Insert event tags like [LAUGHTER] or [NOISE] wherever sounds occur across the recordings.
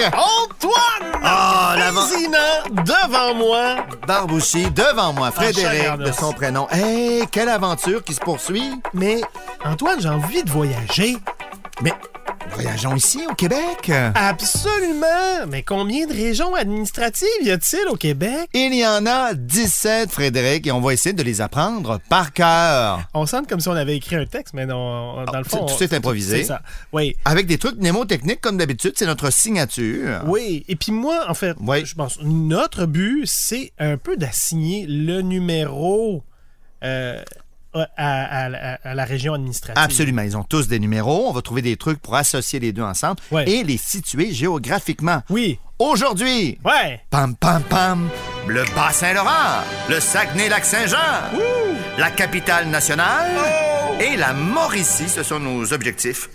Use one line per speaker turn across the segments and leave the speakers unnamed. Antoine!
Ah, l'avant-
Vézina, devant moi.
Barbe aussi, devant
Ah,
moi, Frédéric,
chacun de
de son prénom. Hey, quelle aventure qui se poursuit.
Mais, Antoine, j'ai envie de voyager.
Mais voyageons ici, au Québec.
Absolument! Mais combien de régions administratives y a-t-il au Québec?
Il y en a 17, Frédéric, et on va essayer de les apprendre par cœur.
On sonne comme si on avait écrit un texte, mais non, on-
Ah,
dans le fond...
Tout
on-
est improvisé.
C'est ça. Oui.
Avec des trucs mnémotechniques, comme d'habitude, c'est notre signature.
Oui, et puis moi, en fait,
Oui.
je pense notre but, c'est un peu d'assigner le numéro euh, à, à- à- à la région administrative.
Absolument, ils ont tous des numéros. On va trouver des trucs pour associer les deux ensemble
Ouais.
et les situer géographiquement.
Oui,
Aujourd'hui,
ouais.
Pam, pam, pam. Le Bas-Saint-Laurent, le Saguenay-Lac-Saint-Jean, la capitale nationale
Oh.
et la Mauricie, ce sont nos objectifs.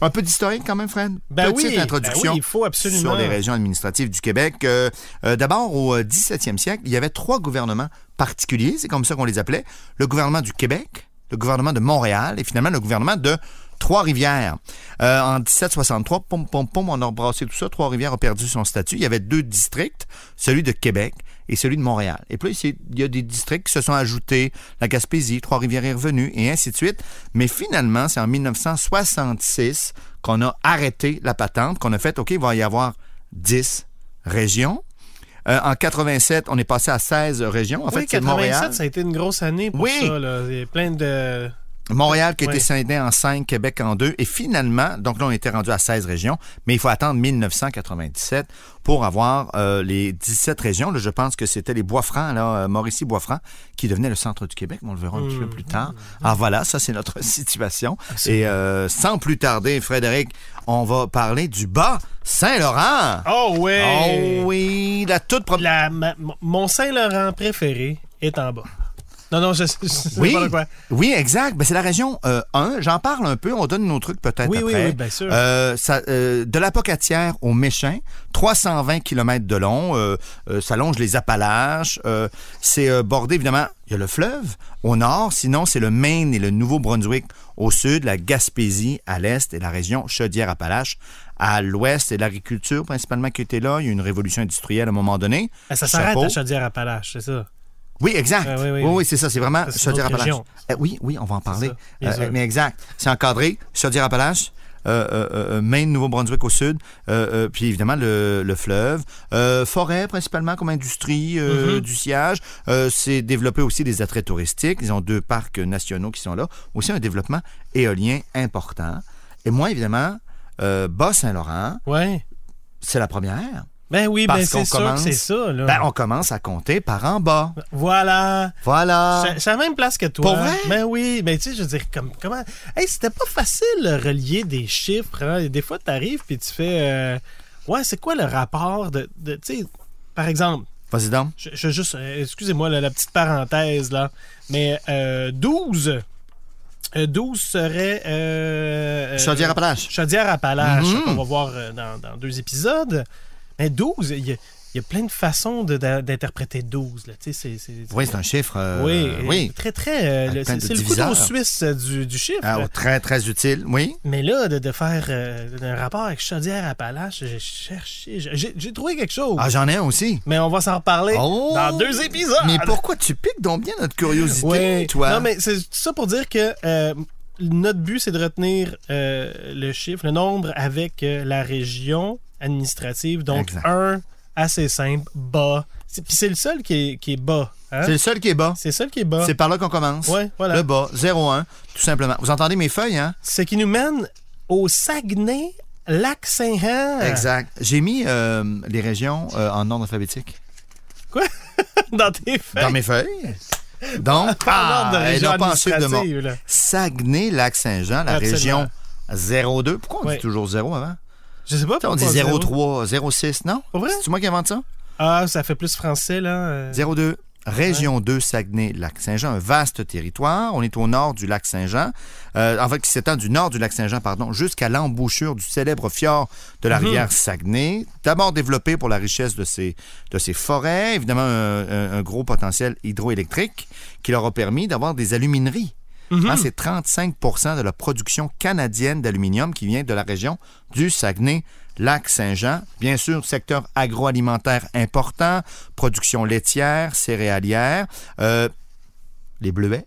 Un peu d'historique quand même, Fred.
Ben
Petite
oui,
introduction
ben oui, il faut absolument.
sur les régions administratives du Québec. Euh, euh, D'abord, au euh, 17e siècle, il y avait trois gouvernements particuliers, c'est comme ça qu'on les appelait. Le gouvernement du Québec, le gouvernement de Montréal et finalement le gouvernement de Trois-Rivières. Euh, en 1763, pom, pom, pom, on a rebrassé tout ça. Trois-Rivières a perdu son statut. Il y avait deux districts, celui de Québec et celui de Montréal. Et puis là, c'est- il y a des districts qui se sont ajoutés, la Gaspésie, Trois-Rivières est revenue, et ainsi de suite. Mais finalement, c'est en 1966 qu'on a arrêté la patente, qu'on a fait, OK, il va y avoir 10 régions. Euh, en 87, on est passé à 16 régions. En
oui,
fait, c'est Montréal.
87, ça a été une grosse année pour
Oui.
ça. Là. Il y a plein de...
Montréal qui a été
Oui.
scindé en 5, Québec en 2. Et finalement, donc là, on était rendu à 16 régions, mais il faut attendre 1997 pour avoir euh, les 17 régions. Là, je pense que c'était les Bois-Francs, là, euh, Mauricie-Bois-Francs, qui devenait le centre du Québec. mais On le verra un
Mmh.
petit peu plus tard. Ah, voilà, ça, c'est notre [LAUGHS] situation. Et euh, sans plus tarder, Frédéric, on va parler du bas Saint-Laurent.
Oh oui!
Oh oui, la toute première.
La- ma- mon- mon Saint-Laurent préféré est en bas. Non, non, je, je- je sais
Oui,
pas de quoi.
oui, exact. Ben, c'est la région euh, 1. J'en parle un peu. On donne nos trucs peut-être
Oui, oui,
après.
oui, bien sûr.
Euh, ça, euh, de la Pocatière au Méchin, 320 km de long. euh, euh, ça longe les Appalaches. euh, c'est euh, bordé, évidemment, il y a le fleuve au nord. Sinon, c'est le Maine et le Nouveau-Brunswick au sud, la Gaspésie à l'est et la région Chaudière-Appalaches à l'ouest. C'est l'agriculture principalement qui était là. Il y a eu une révolution industrielle à un moment donné.
Ah, Ça s'arrête
Chapeau.
à Chaudière-Appalaches, c'est ça.
Oui, exact.
Ah,
oui,
oui,
oui,
oui.
c'est ça. C'est vraiment
Ça, c'est une autre
Chaudière-Appalaches.
région.
Eh oui, oui, on va en parler.
ça, bien
Euh,
sûr.
mais exact. C'est encadré. Chaudière-Appalaches, euh, euh, euh, Maine, Nouveau-Brunswick au sud, euh, euh, puis évidemment le, le fleuve. Euh, forêt, principalement, comme industrie
Mm-hmm.
euh, du sillage. Euh, c'est développé aussi des attraits touristiques. Ils ont deux parcs nationaux qui sont là. Aussi un développement éolien important. Et moi, évidemment, euh, Bas-Saint-Laurent,
Ouais.
c'est la première.
Ben oui,
Parce
ben
qu'on
c'est sûr
commence-
que c'est ça. Là.
Ben, on commence à compter par en bas.
Ben, Voilà.
Voilà.
C'est c'est la même place que toi.
Ah. Pour vrai?
Ben oui, ben tu sais, je veux dire, comme, comment. Hey, c'était pas facile de relier des chiffres. hein. Des fois, t'arrives puis tu fais. euh, ouais, c'est quoi le rapport de. de- tu sais, par exemple,
Vas-y donc.
je, je juste. euh, Excusez-moi là, la petite parenthèse, là. Mais euh, 12. euh, 12 serait. Euh, euh,
Chaudière-Appalaches.
Chaudière-Appalaches,
Mhm.
qu'on va voir euh, dans, dans deux épisodes. Mais 12, il y, a- il y a plein de façons de- d'a- d'interpréter 12. Là. Tu sais, c'est- c'est-
Oui, c'est un chiffre. euh,
oui,
oui.
très, très. euh,
Avec
le-
plein
c'est
de
c'est le
diviseurs.
couteau suisse euh, du, du chiffre.
Ah, oh, très, très utile. Oui.
Mais là, de, de faire euh, un rapport avec Chaudière-Appalaches, j'ai cherché, j'ai- j'ai j'ai trouvé quelque chose.
Ah, j'en ai un aussi.
mais on va s'en reparler
Oh!
dans deux épisodes.
Mais pourquoi tu piques donc bien notre curiosité,
Ouais.
toi?
Non, mais c'est tout ça pour dire que euh, notre but, c'est de retenir euh, le chiffre, le nombre avec euh, la région administrative. Donc,
Exact.
un assez simple, bas. C'est- Puis c'est le seul qui est, qui est bas. hein?
C'est le seul qui est bas.
C'est le seul qui est bas.
C'est par là qu'on commence.
Ouais, voilà.
Le bas, 0-1, tout simplement. Vous entendez mes feuilles, hein?
Ce qui nous mène au Saguenay, Lac-Saint-Jean.
Exact. J'ai mis euh, les régions euh, en ordre alphabétique.
[LAUGHS] Dans tes feuilles.
Dans mes feuilles.
[LAUGHS]
Donc, ah,
Par Ben ordre de
et
région
non pas en suite de mort.
administrative, là.
Saguenay-Lac-Saint-Jean, la
Absolument.
région 02. Pourquoi on
Ouais.
dit toujours 0 avant?
Je sais pas
On
pourquoi.
dit
zéro.
03, 06, non?
Pour vrai?
C'est moi qui invente ça?
Ah, ça fait plus français, là. euh.
02, région 2, Saguenay-Lac-Saint-Jean, un vaste territoire. On est au nord du lac Saint-Jean, euh, en fait, qui s'étend du nord du lac Saint-Jean, pardon, jusqu'à l'embouchure du célèbre fjord de la rivière Saguenay. D'abord développé pour la richesse de ses, de ses forêts, évidemment, un, un- un gros potentiel hydroélectrique qui leur a permis d'avoir des alumineries.
Mhm.
Hein, c'est 35 de la production canadienne d'aluminium qui vient de la région du Saguenay-Lac-Saint-Jean. Bien sûr, secteur agroalimentaire important, production laitière, céréalière, euh, les bleuets.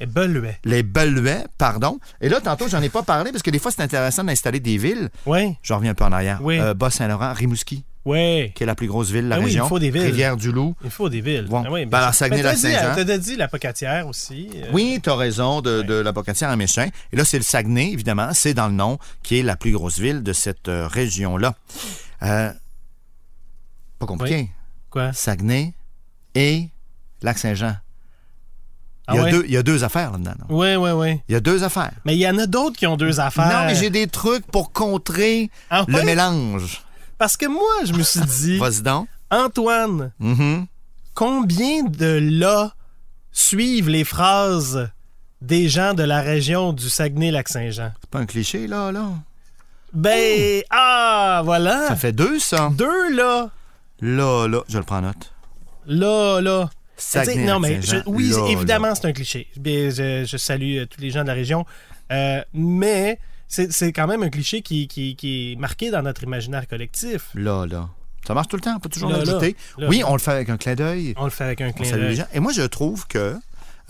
Et Beluet.
Les bleuets, pardon. Et là, tantôt, j'en ai pas parlé parce que des fois, c'est intéressant d'installer des villes.
Oui,
Je reviens un peu en arrière.
Oui.
Euh, Bas-Saint-Laurent, Rimouski,
oui.
qui est la plus grosse ville de la
Ah oui, il
région.
faut des villes.
Rivière-du-Loup.
Il faut des villes.
Bon.
Ah oui, mais-
Ben, alors, Saguenay,
mais t'as
la
dit- hein,
Saint-Jean.
T'as dit la Pocatière aussi. euh,
Oui, tu as raison, de, de la Bocatière à Méchin. Et là, c'est le Saguenay, évidemment. C'est dans le nom, qui est la plus grosse ville de cette euh, région-là. Euh, pas compliqué.
Quoi?
Saguenay et Lac-Saint-Jean.
Ah
il, y a
ouais?
deux- il y a deux affaires là-dedans. non?
Oui, oui, oui.
Il y a deux affaires.
Mais il y en a d'autres qui ont deux affaires.
Non, mais j'ai des trucs pour contrer
Ah
le
ouais?
mélange.
Parce que moi, je me suis
[LAUGHS]
dit,
Vas-y donc.
Antoine,
Mhm.
combien de là suivent les phrases des gens de la région du Saguenay-Lac-Saint-Jean?
C'est pas un cliché, là, là.
Ben, ah, voilà.
Ça fait deux, ça.
Deux, là.
Là, là. Je le prends en note.
Là, là.
Saguenay,
Tu sais, non, mais je-
Lac-Saint-Jean,
oui,
là,
évidemment, c'est un cliché. Bien, Je, je salue euh, tous les gens de la région. Euh, mais c'est c'est quand même un cliché qui, qui- qui est marqué dans notre imaginaire collectif.
Là, là. Ça marche tout le temps, on peut toujours
Là, là.
l'ajouter.
Là,
Oui,
là.
on le fait avec un clin d'œil.
On le fait avec un
On
clin
salue les
d'œil.
gens. Et moi, je trouve que, euh,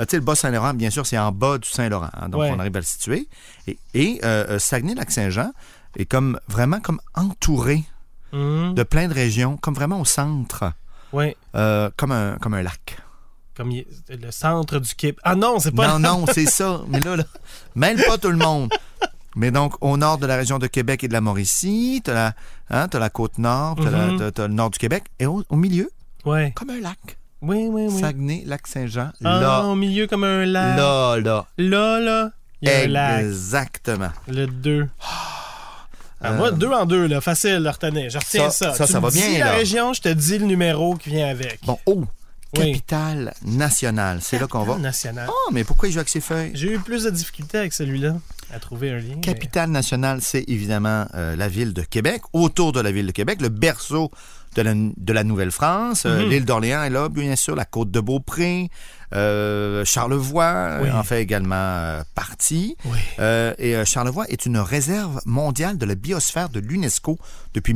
tu sais, le Bas-Saint-Laurent, bien sûr, c'est en bas du Saint-Laurent. hein, donc,
Ouais.
on arrive à le situer. Et, et, euh, euh, Saguenay-Lac-Saint-Jean est comme vraiment comme entouré
Mhm.
de plein de régions, comme vraiment au centre,
Ouais,
euh, comme, un, comme un lac.
comme il- le centre du Québec. Ah non, c'est pas.
Non, non, c'est ça. Mais là, là, mêle pas tout le monde. Mais donc, au nord de la région de Québec et de la Mauricie, t'as la, hein, t'as la côte nord, t'as la-
Mhm.
t'as- t'as le nord du Québec, et au, au milieu,
Ouais.
comme un lac.
Oui, oui, oui.
Saguenay, Lac-Saint-Jean,
Ah,
là,
au milieu comme un lac. Là,
là, là.
là. Il y a un lac.
Exactement.
Le 2. Ah,
Euh,
moi, deux en deux, là, facile à retenir. Je retiens
ça,
ça.
ça,
Tu
ça
me
va
dis
bien, là.
la région, je te dis le numéro qui vient avec.
Bon, oh,
Oui.
capitale nationale. C'est là qu'on va.
National.
Oh, mais pourquoi il joue avec ses feuilles?
J'ai eu plus de difficultés avec celui-là à trouver un lien. mais-
Capitale nationale, c'est évidemment euh, la ville de Québec, autour de la ville de Québec, le berceau de la, de la Nouvelle-France. Euh,
Mhm.
L'île d'Orléans est là, bien sûr, la côte de Beaupré, euh, Charlevoix euh,
Oui.
en fait également euh, partie.
Oui.
Euh, et euh, Charlevoix est une réserve mondiale de la biosphère de l'UNESCO depuis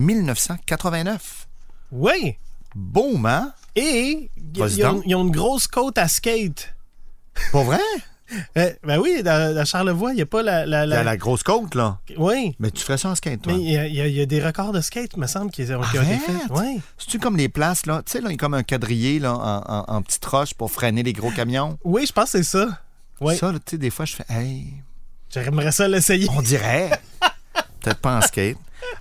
1989.
Oui.
Boum, hein?
Et ils
Vas-y
ils ont,
donc.
ils ont une grosse côte à skate.
Pour vrai?
Euh, ben oui, dans- dans Charlevoix, il n'y a pas la. la,
Il y a
la-
la grosse côte, là.
Oui.
Mais tu ferais ça en skate, toi?
Mais il y, a- il y a- il y a des records de skate, me semble, qui ont, qui ont été
Arrête!
faits. Oui.
C'est-tu comme les places, là? Tu sais, là, il y a comme un quadrillé, là, en, en- en petite roche pour freiner les gros camions.
oui, je pense que c'est ça. Oui.
Ça, là, tu sais, des fois, je fais, hey,
J'aimerais ça l'essayer.
on dirait. [LAUGHS] Peut-être pas en skate.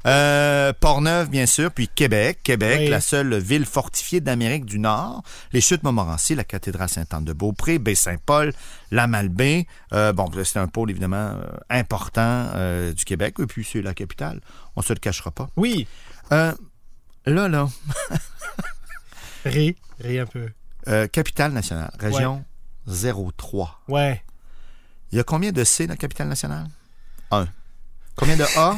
Euh, Portneuf, bien sûr, puis Québec. Québec,
Oui.
la seule ville fortifiée d'Amérique du Nord. Les chutes Montmorency, la cathédrale Sainte-Anne-de-Beaupré, Baie-Saint-Paul, la Malbaie. Euh, bon, c'est un pôle, évidemment, euh, important euh, du Québec. Et puis, c'est la capitale. On se le cachera pas.
Oui.
Euh, là, là,
Ré. Ré un peu.
Euh, capitale nationale, région 03.
Ouais.
Il y a combien de C dans la capitale nationale? 1. Combien de
[LAUGHS]
A?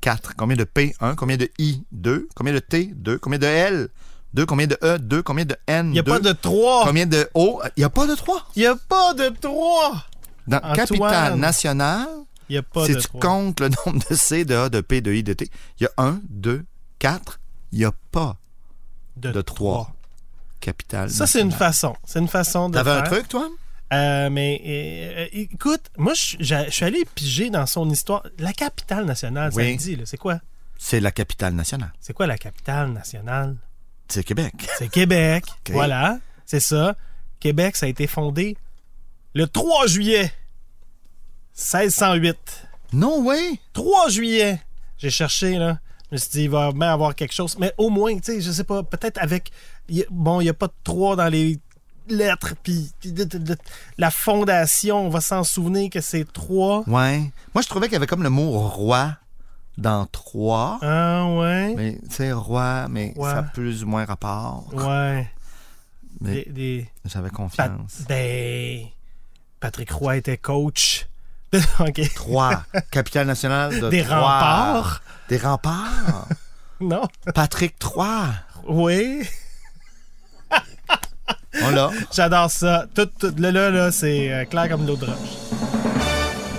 4. Combien de P? 1. Combien de I? 2. Combien de T? 2. Combien de L? 2. Combien de E? 2. Combien de N?
Il n'y a
Deux.
pas de trois.
Combien de O? Il n'y a pas de 3.
Il n'y a pas de trois.
Dans
Antoine.
capitale nationale,
Il n'y a pas
si
de
tu
trois.
comptes le nombre de C, de A, de P, de I, de T, il y a 1, 2, 4. Il n'y a pas de 3. Capitale
Ça, c'est une
nationale.
façon. C'est une façon de.
T'avais un
faire.
truc, toi?
Euh, mais euh, euh, écoute, moi, je je- je suis allé piger dans son histoire. La capitale nationale, ça
Oui.
le dit, là. c'est quoi?
C'est la capitale nationale.
C'est quoi la capitale nationale?
C'est Québec. [LAUGHS]
C'est Québec.
Ok.
Voilà, c'est ça. Québec, ça a été fondé le 3 juillet 1608.
Non, oui.
3 juillet. J'ai cherché, là. Je me suis dit, il va bien avoir quelque chose. Mais au moins, tu sais, je sais pas, peut-être avec. il y a- Bon, il n'y a pas de 3 dans les lettres, puis puis de- de- de- la fondation, on va s'en souvenir que c'est 3.
Ouais. Moi, je trouvais qu'il y avait comme le mot roi dans trois.
Ah, ouais.
Mais, tu sais, roi, mais
Ouais.
ça a plus ou moins rapport.
Ouais.
Mais-
Des- des-
J'avais
Pat-
confiance.
Ben. Patrick Roy était coach. [LAUGHS] OK. [LAUGHS]
Trois. Capitale nationale de
Des
Troyes.
remparts.
Des remparts.
Non.
Patrick Trois.
Oui.
On l'a.
J'adore ça. Tout, tout- le là, là, c'est euh, clair comme l'eau de roche.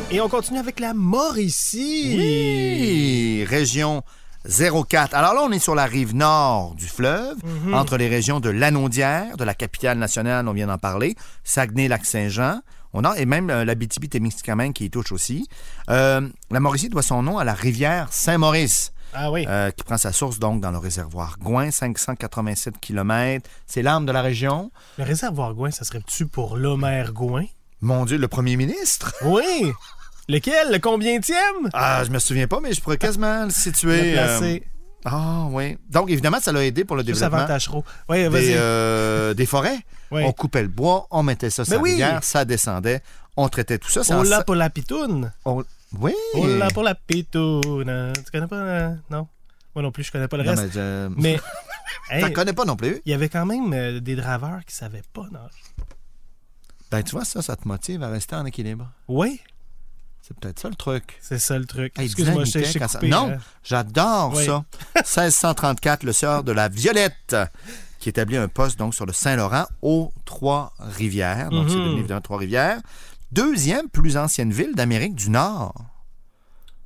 Et on continue avec la Mauricie.
Oui, région 04. Alors là, on est sur la rive nord du fleuve,
Mhm.
entre les régions de Lanaudière, de la capitale nationale, on vient d'en parler, Saguenay-Lac-Saint-Jean, on a, et même euh, l'Abitibi-Témiscamingue qui y touche aussi. Euh, la Mauricie doit son nom à la rivière Saint-Maurice.
Ah oui.
euh, qui prend sa source donc dans le réservoir Gouin, 587 km. C'est l'arme de la région.
Le réservoir Gouin, ça serait-tu pour l'Homère Gouin?
Mon Dieu, le premier ministre?
Oui! Lequel? Le combientième?
Ah, je me souviens pas, mais je pourrais quasiment le
Le
situer. euh,
placé.
Ah, oui. Donc, évidemment, ça l'a aidé pour le
Juste avant
développement
Tachereau. Oui,
des,
Eh, vas-y.
euh, des forêts.
Oui.
On coupait le bois, on mettait ça sur
Mais
la
oui.
rivière, ça descendait, on traitait tout ça. c'est
On
en
l'a
ça-
pour la pitoune.
on- Oui.
On l'a pour la pitoune. Tu connais pas? euh, Non? Moi non plus, je connais pas le
Non,
reste.
mais je-
Mais,
T'en [LAUGHS]
hey,
connais pas non plus.
il y avait quand même euh, des draveurs qui savaient pas nager.
Ben, tu vois, ça, ça te motive à rester en équilibre.
Oui,
C'est peut-être ça le truc.
c'est ça le truc.
Hey,
Excuse-moi,
Dylan
je t'ai je t'ai
Niquet, quand ça-
coupé.
Non,
euh,
j'adore
Oui. [LAUGHS]
ça. 1634, le sœur de la Violette, qui établit un poste donc sur le Saint-Laurent aux Trois-Rivières. Donc, c'est
Mhm.
devenu évidemment Trois-Rivières. Deuxième plus ancienne ville d'Amérique du Nord.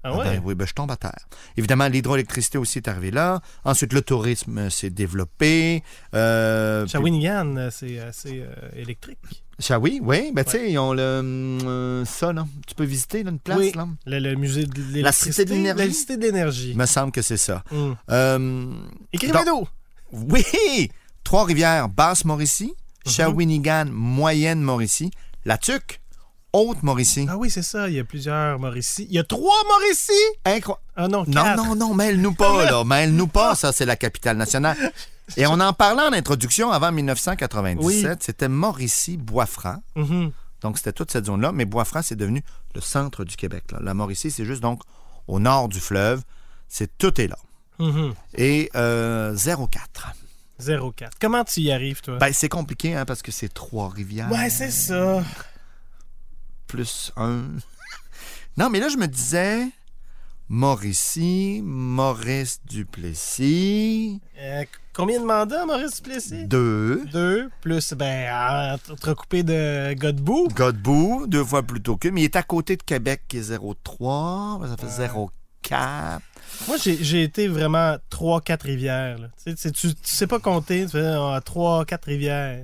Ah
Ah
ouais?
ben oui, ben je tombe à terre. Évidemment, l'hydroélectricité aussi est arrivée là. Ensuite, le tourisme euh, s'est développé. Euh, puis-
Shawinigan, euh, c'est assez euh, électrique.
Shawi, oui. Ben, tu sais, ils ont le, euh, ça, là. Tu peux visiter là, une place,
Oui.
là.
Le, le musée de l'électricité.
Cité de l'énergie?
La cité de l'énergie.
Il me semble que c'est ça.
Hum.
Euh,
Écrivez-nous!
oui! Trois-Rivières, Basse-Mauricie.
Uh-huh.
Shawinigan, Moyenne-Mauricie. La Tuque, Haute-Mauricie.
Ah oui, c'est ça, il y a plusieurs Mauricie. Il y a trois Mauricie!
Incroyable.
Ah non,
Non,
quatre.
non, non, mêle-nous pas, là. Mêle-nous
Ah.
pas, ça, c'est la capitale
[LAUGHS]
nationale. Et on en parlait en introduction avant 1997.
Oui.
C'était Mauricie-Bois-Franc.
Mhm.
Donc, c'était toute cette zone-là. Mais Bois-Franc, c'est devenu le centre du Québec. là. La Mauricie, c'est juste donc au nord du fleuve. C'est tout est là.
Mhm.
Et euh, 04.
0,4. Comment tu y arrives, toi?
Ben, c'est compliqué, hein, parce que c'est trois rivières
ouais, c'est ça.
plus un. [LAUGHS] non, mais là, je me disais Mauricie, Maurice Duplessis,
Euh, combien de mandats, Maurice Duplessis?
deux.
Deux, plus, ben, ah, entrecoupé de Godbout.
Godbout, deux fois plus tôt que, mais il est à côté de Québec qui est 03, ça
Euh,
fait 04.
Moi, j'ai j'ai été vraiment 3-4 rivières. là. Tu, sais, tu sais, tu- tu sais pas compter, tu fais 3-4 rivières.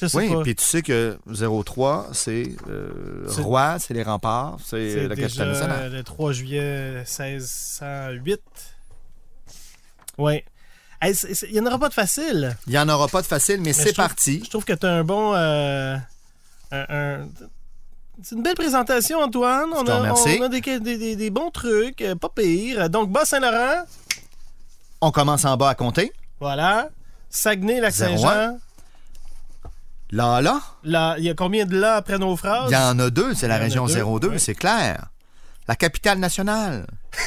Je sais
Oui,
pas.
puis tu sais que 03, c'est euh,
C'est-
Roi, c'est les remparts, c'est
C'est
la
déjà
capitale nationale.
euh, le 3 juillet 1608. Ouais. Hey, c'est- c'est- Il n'y en aura pas de facile.
Il n'y en aura pas de facile, mais,
je
c'est
trouve-
parti.
Je trouve que tu as un bon. euh, un- un- C'est une belle présentation, Antoine. On
te
a,
remercie.
on a des, des- des- des bons trucs, euh, pas pire. Donc, Bas-Saint-Laurent,
On commence en bas à compter.
voilà. Saguenay-Lac-Saint-Jean.
Là, là,
Là, Il y a combien de là après nos phrases?
il y en a deux, c'est la
Il y en a
région
deux,
02,
ouais.
c'est clair. La capitale
[LAUGHS]
nationale.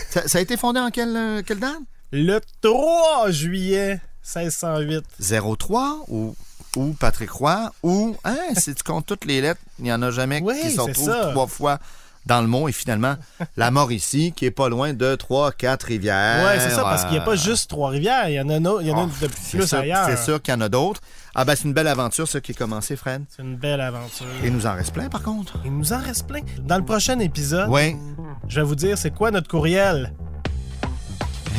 ça, ça a été fondé en quelle, euh, quelle date?
Le 3 juillet 1608.
03 ou, ou Patrick Roy ou hein, [LAUGHS] si tu comptes toutes les lettres, il n'y en a jamais
Oui,
qui se
c'est
retrouvent
ça.
trois fois dans le mot et
[LAUGHS]
finalement la Mauricie qui est pas loin de trois quatre rivières.
Ouais, c'est ça, parce qu'il n'y a pas juste Trois-Rivières. Il y en a, no- il y en a de
Oh, C'est
plus
sûr-
ailleurs.
C'est sûr qu'il y en a d'autres. Ah ben c'est une belle aventure ça qui est commencée Fred.
C'est une belle aventure.
Et nous en reste plein par contre.
Il nous en reste plein. Dans le prochain épisode,
Oui.
je vais vous dire c'est quoi notre courriel.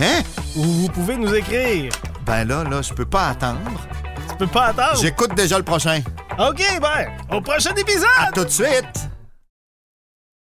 Hein?
Où vous pouvez nous écrire.
Ben là là, je peux pas attendre.
Tu peux pas attendre.
J'écoute déjà le prochain.
OK, ben, au prochain épisode!
Tout de suite.